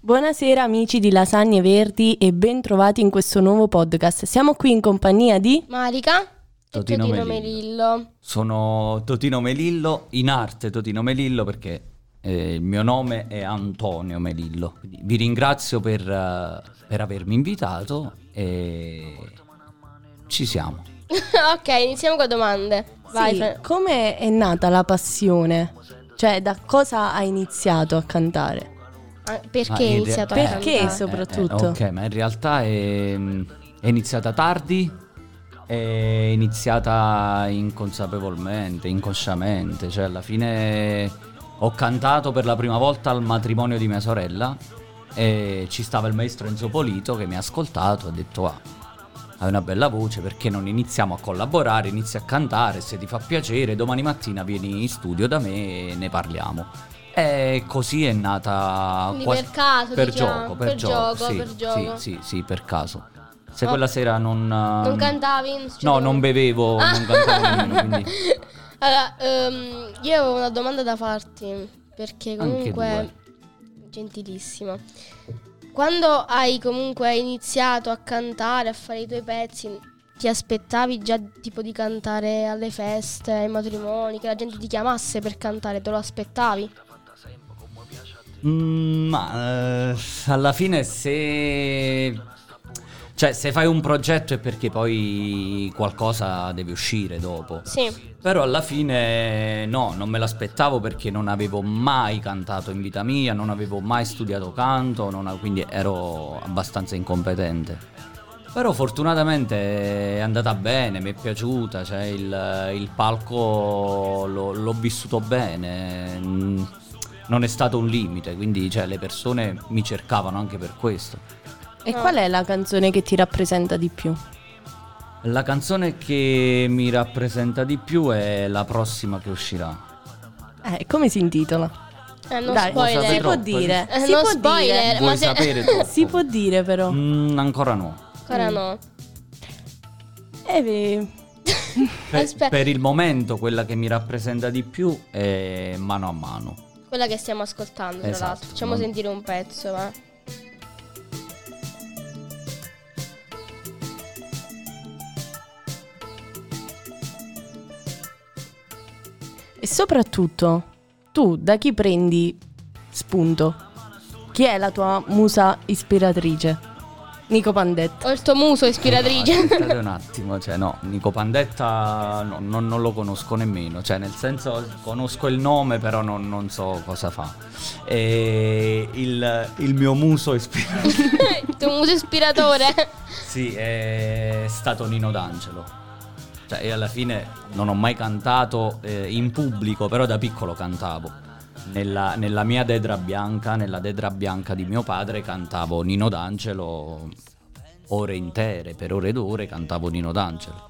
Buonasera amici di Lasagne Verdi e bentrovati in questo nuovo podcast. Siamo qui in compagnia di... Marica Totino e Totino Melillo. Melillo. Sono Totino Melillo, in arte Totino Melillo perché eh, il mio nome è Antonio Melillo. Quindi vi ringrazio per, eh, per avermi invitato e ci siamo. ok, iniziamo con le domande. Vai. Sì, Fra- come è nata la passione? Cioè, da cosa hai iniziato a cantare? Ah, Perché Ma hai in iniziato a realtà- cantare? Perché so- Eh, eh, soprattutto? ok, ma in realtà è, è iniziata tardi, è iniziata inconsapevolmente, inconsciamente, cioè alla fine ho cantato per la prima volta al matrimonio di mia sorella e ci stava il maestro Enzo Polito che mi ha ascoltato e ha detto ah, hai una bella voce perché non iniziamo a collaborare, inizi a cantare, se ti fa piacere domani mattina vieni in studio da me e ne parliamo. E così è nata Quindi quasi- per caso, per diciamo, gioco, per per gioco, gioco, sì, per gioco. Sì, sì, sì, per caso. Se Ma- quella sera non ehm, Non cantavi? Non succedeva No, non nulla. bevevo, Ah. Oh, non cantavo nemmeno, quindi Allora, ehm, io avevo una domanda da farti. Perché Anche comunque. Gentilissima. Quando hai comunque iniziato a cantare, a fare i tuoi pezzi, ti aspettavi già tipo di cantare alle feste, ai matrimoni, che la gente ti chiamasse per cantare? Te lo aspettavi? Mm, ma eh, alla fine se... Cioè, se fai un progetto è perché poi qualcosa deve uscire dopo. Sì. Però alla fine no, non me l'aspettavo perché non avevo mai cantato in vita mia, non avevo mai studiato canto, non a- quindi ero abbastanza incompetente. Però fortunatamente è andata bene, mi è piaciuta, cioè il, il palco l'ho, l'ho vissuto bene, mm, non è stato un limite, quindi cioè, le persone mi cercavano anche per questo. E No. qual è la canzone che ti rappresenta di più? La canzone che mi rappresenta di più è la prossima che uscirà. Eh, come si intitola? Eh, non Dai, lo spoiler. si può troppo. dire. Eh, si non può spoiler. dire. ma Vuoi se- sapere troppo? Si può dire però. Mm, ancora no. Ancora no. Eh, beh, Per, Aspetta. Cioè, per il momento quella che mi rappresenta di più è mano a mano. Quella che stiamo ascoltando, tra Esatto. l'altro. Facciamo Mm. sentire un pezzo, va. E soprattutto, tu da chi prendi spunto? Chi è la tua musa ispiratrice? Nico Pandetta. Ho Oh, il tuo muso No, ispiratrice. aspettate un attimo, cioè no, Nico Pandetta no, non, non lo conosco nemmeno, cioè nel senso conosco il nome però non, non so cosa fa. E il, il mio muso ispirato il tuo muso ispiratore. sì, è stato Nino D'Angelo. Cioè io alla fine non ho mai cantato eh, in pubblico, però da piccolo cantavo. Nella, nella mia dedra bianca, nella dedra bianca di mio padre, cantavo Nino D'Angelo ore intere, per ore ed ore cantavo Nino D'Angelo.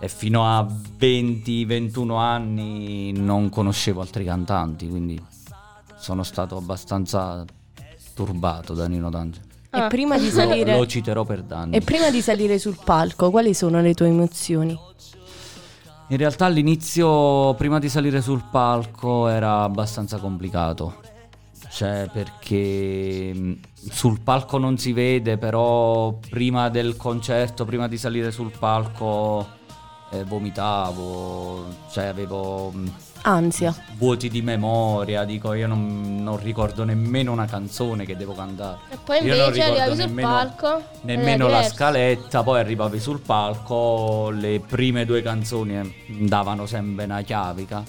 E fino a 20-21 anni non conoscevo altri cantanti, quindi sono stato abbastanza turbato da Nino D'Angelo. Ah. E prima di Lo, lo salire... citerò per danni. E prima di salire sul palco, quali sono le tue emozioni? In realtà all'inizio, prima di salire sul palco, era abbastanza complicato. Cioè, perché mh, sul palco non si vede, però prima del concerto, prima di salire sul palco, eh, vomitavo, cioè avevo mh, Ansia. vuoti di memoria, dico io non, non ricordo nemmeno una canzone che devo cantare. E poi Io non invece ricordo arrivavi sul nemmeno- palco. Nemmeno era la diverso. scaletta, poi arrivavi sul palco, le prime due canzoni eh, davano sempre una chiavica.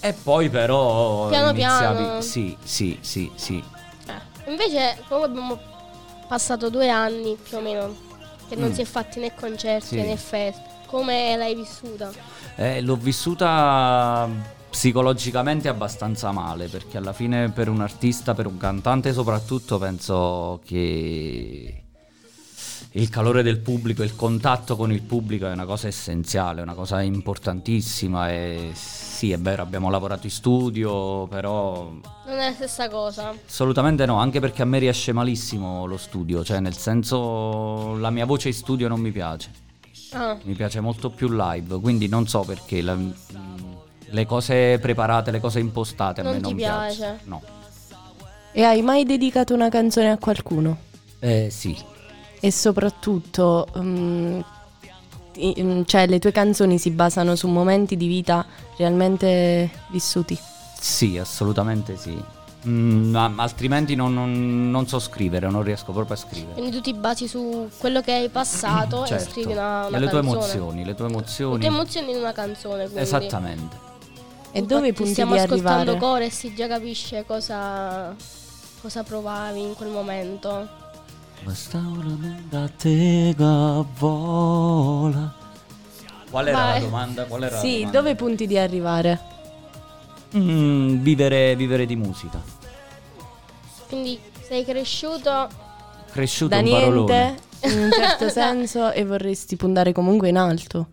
E poi però Piano iniziavi. piano. Sì, sì, sì, sì. Eh. Invece, comunque abbiamo passato due anni più o meno che non Mm. si è fatti né concerti Sì. né feste. Come l'hai vissuta? Eh, l'ho vissuta psicologicamente abbastanza male, perché alla fine per un artista, per un cantante soprattutto, penso che il calore del pubblico, il contatto con il pubblico è una cosa essenziale, è una cosa importantissima e sì, è vero, abbiamo lavorato in studio, però Non è la stessa cosa. Assolutamente no, anche perché a me riesce malissimo lo studio, cioè nel senso la mia voce in studio non mi piace, Ah. mi piace molto più live, quindi non so perché la- le cose preparate, le cose impostate a Non me ti non piace. piacciono. No. E hai mai dedicato una canzone a qualcuno? Eh, sì. E soprattutto, mm, i- mm, cioè, le tue canzoni si basano su momenti di vita realmente vissuti. Sì, assolutamente sì. Mm, ma- altrimenti non, non- non so scrivere, non riesco proprio a scrivere. Quindi tu ti basi su quello che hai passato e Certo. scrivi una, una e le tue canzone. emozioni, Esatto, le tue Le emozioni. tue emozioni in una canzone. Quindi. Esattamente. E dove Infatti punti stiamo di ascoltando arrivare? core e si già capisce cosa, cosa provavi in quel momento. Questa ora manda te vola. Qual era Vai. la domanda? Qual era la sì, domanda? dove punti di arrivare? Mm, vivere, vivere di musica. Quindi sei cresciuto Cresciuto Da un parolone. niente, in un certo senso, e vorresti puntare comunque in alto.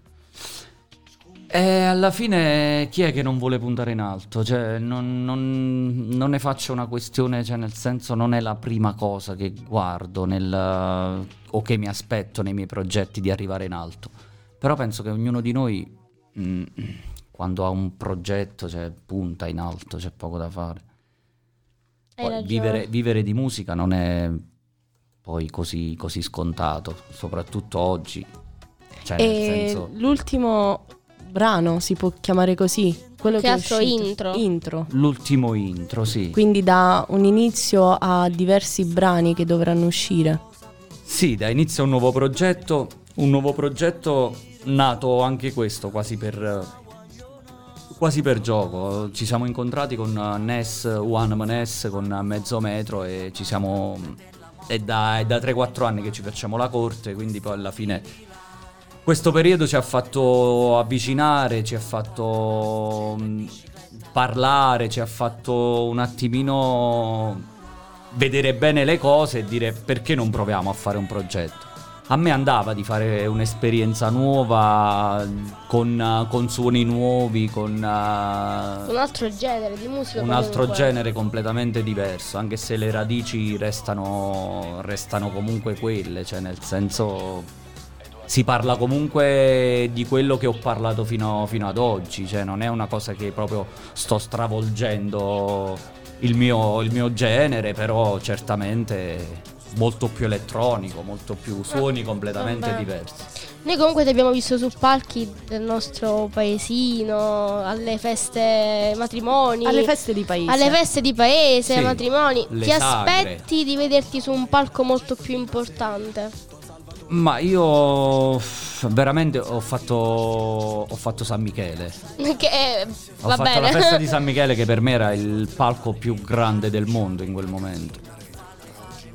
E Eh, alla fine chi è che non vuole puntare in alto? Cioè, non, non- non ne faccio una questione, cioè, nel senso non è la prima cosa che guardo nel- o che mi aspetto nei miei progetti di arrivare in alto. Però penso che ognuno di noi, mm, quando ha un progetto, cioè, punta in alto, c'è poco da fare. Hai Poi ragione. vivere, vivere di musica non è poi così, così scontato, soprattutto oggi. Cioè, nel e senso... l'ultimo brano si può chiamare così? Quello che, Che è altro? uscito- Intro? Intro. L'ultimo intro, sì. Quindi da un inizio a diversi brani che dovranno uscire. Sì, da inizio a un nuovo progetto, un nuovo progetto nato anche questo quasi per quasi per gioco. Ci siamo incontrati con eh, Ness, One Man Ness con eh, mezzo metro e ci siamo è da, è da 3-4 anni che ci facciamo la corte, quindi poi alla fine questo periodo ci ha fatto avvicinare, ci ha fatto mm, parlare, ci ha fatto un attimino vedere bene le cose e dire perché non proviamo a fare un progetto. A me andava di fare un'esperienza nuova con, eh, con suoni nuovi, con eh, un altro genere di musica. un altro comunque. genere completamente diverso, anche se le radici restano, restano comunque quelle, cioè nel senso si parla comunque di quello che ho parlato fino, fino ad oggi, cioè non è una cosa che proprio sto stravolgendo il mio, il mio genere, però certamente molto più elettronico, molto più suoni completamente vabbè. diversi. Noi comunque ti abbiamo visto su palchi del nostro paesino, alle feste ai matrimoni. Alle feste di paese. alle feste di paese, ai Sì, matrimoni. le Ti sagre. aspetti di vederti su un palco molto più importante. Ma io f- veramente ho fatto, ho fatto San Michele. Che Ho va fatto bene. la festa di San Michele che per me era il palco più grande del mondo in quel momento.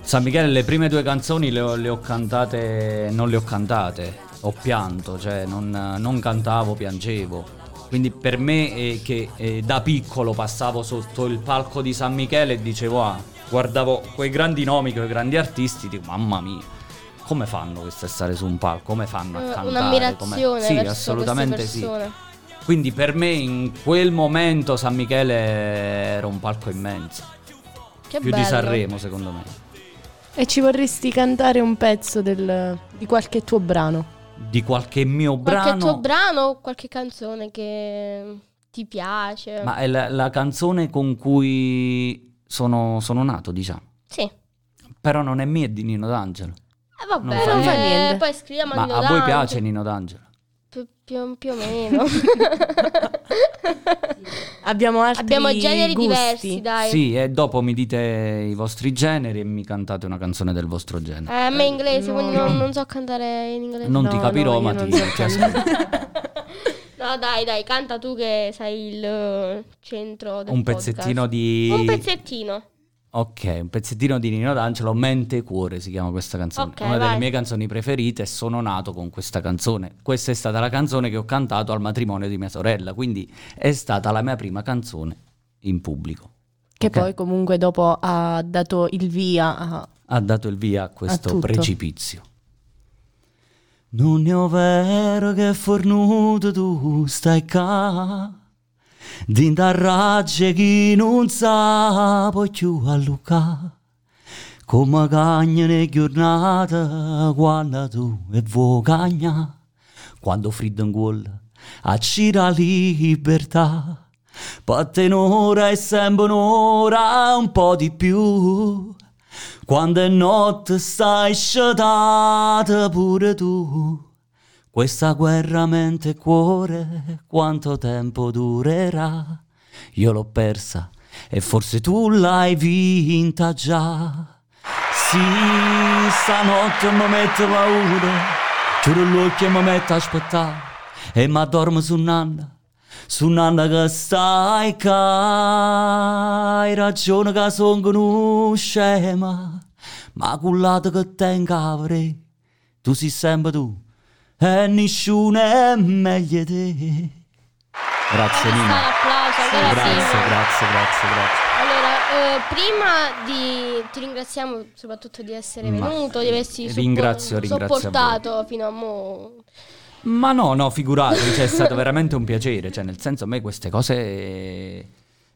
San Michele le prime due canzoni le ho, le ho cantate, non le ho cantate, ho pianto, cioè non, non cantavo, piangevo. Quindi per me eh, che eh, da piccolo passavo sotto il palco di San Michele e dicevo, ah, guardavo quei grandi nomi, quei grandi artisti, dico, mamma mia. Come fanno questi a stare su un palco? Come fanno a Eh, cantare? Un'ammirazione Come- Sì, verso assolutamente queste sì. persone. Quindi per me in quel momento San Michele era un palco immenso, Che più bello. di Sanremo secondo me. E ci vorresti cantare un pezzo del- di qualche tuo brano? Di qualche mio Qualche brano, tuo brano o qualche canzone che ti piace? ma è la, la canzone con cui sono, sono nato, diciamo. Sì. Eh, Però non è mia, è di Nino D'Angelo. vabbè, Non fa eh, niente. poi scriviamo ma Nino a voi Dante. piace Nino D'Angelo? Pi- cioè, più, più o meno. Abbiamo altri Abbiamo generi gusti. diversi, dai. Sì, e dopo mi dite i vostri generi e mi cantate una canzone del vostro Eh, genere. a me è inglese, No, quindi no. non, non so cantare in inglese. Non ti No, capirò, no, ma io ti, non so ti ascolto. No, dai, dai, canta tu che sei il eh, centro del Un podcast. pezzettino di... Un pezzettino. Ok, un pezzettino di Nino D'Angelo, Mente e Cuore si chiama questa canzone. Ok, Una vai. delle mie canzoni preferite e sono nato con questa canzone. Questa è stata la canzone che ho cantato al matrimonio di mia sorella, quindi è stata la mia prima canzone in pubblico. Che Ok? poi comunque dopo ha dato il via a... ha dato il via a questo tutto. precipizio. Non è vero che fornuto tu stai qua, din da raggi chi non sa poi più a Luca, come cagna le giornate quando tu e vuoi cagna, quando freddo in gola, a la libertà. Patte un'ora e sembra un'ora un po' di più. Quando è notte stai sciatata pure tu. Questa guerra mente e cuore quanto tempo durerà? Io l'ho persa e forse tu l'hai vinta già. Sì, stanotte mi mette paura. Chiudo l'occhio e mi metto a aspettare. E mi dormo su nanna. Su nanna che stai ca. Hai ragione che sono un scema. Ma cullata che tenga avrei. Tu sei sempre tu. E nessuno è meglio di te. Grazie Ci sta Nina. l'applauso, ancora Grazie, prima. grazie, grazie, grazie. Allora, eh, prima di ti ringraziamo soprattutto di essere Ma- venuto, di averci suppo- Ringrazio, ringrazio a sopportato fino a mo'. Ma no, no, figuratevi, cioè, è stato veramente un piacere, cioè, nel senso a me queste cose eh,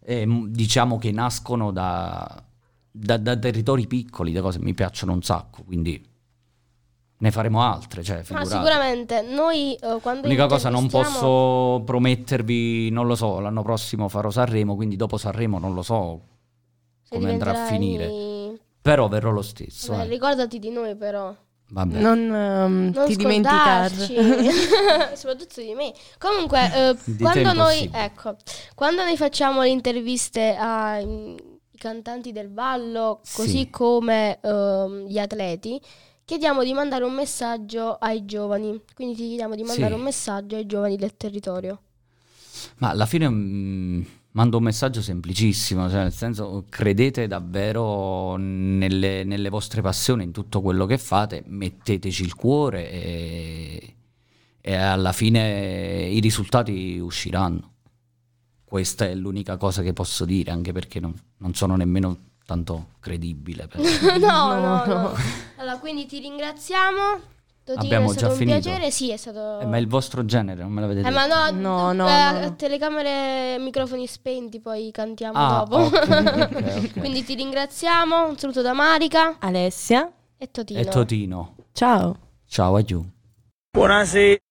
eh, m- diciamo che nascono da, da- da territori piccoli, da cose che mi piacciono un sacco, quindi ne faremo altre, cioè, Ma figurate. sicuramente noi eh, quando L'unica cosa non intervistiamo- posso promettervi, non lo so, l'anno prossimo farò Sanremo, quindi dopo Sanremo non lo so se come andrà a diventerai- finire, però verrò lo stesso. Vabbè, eh. ricordati di noi però. Vabbè. Non, ehm, Non ti scordarci. dimenticare. Soprattutto di me. Comunque, eh, Di te quando è noi impossibile. ecco, quando noi facciamo le interviste ai i cantanti del ballo, così Sì. come ehm, gli atleti, chiediamo di mandare un messaggio ai giovani. Quindi ti chiediamo di Sì. mandare un messaggio ai giovani del territorio. Ma alla fine mh, mando un messaggio semplicissimo, cioè nel senso credete davvero nelle, nelle vostre passioni, in tutto quello che fate, metteteci il cuore e, e alla fine i risultati usciranno. Questa è l'unica cosa che posso dire, anche perché non, non sono nemmeno tanto credibile. penso. no, no, no, No, no. Allora, quindi ti ringraziamo. Totino, Abbiamo è già stato un finito? piacere, sì, è stato Eh, ma è il vostro genere, non me l'avete Eh, detto. ma no, No, no, eh, no, no. telecamere e microfoni spenti, poi cantiamo Ah, dopo. ok, ok, ok. Quindi ti ringraziamo, un saluto da Marica Alessia, e Totino. È Totino. ciao. Ciao, adieu. Buonasera.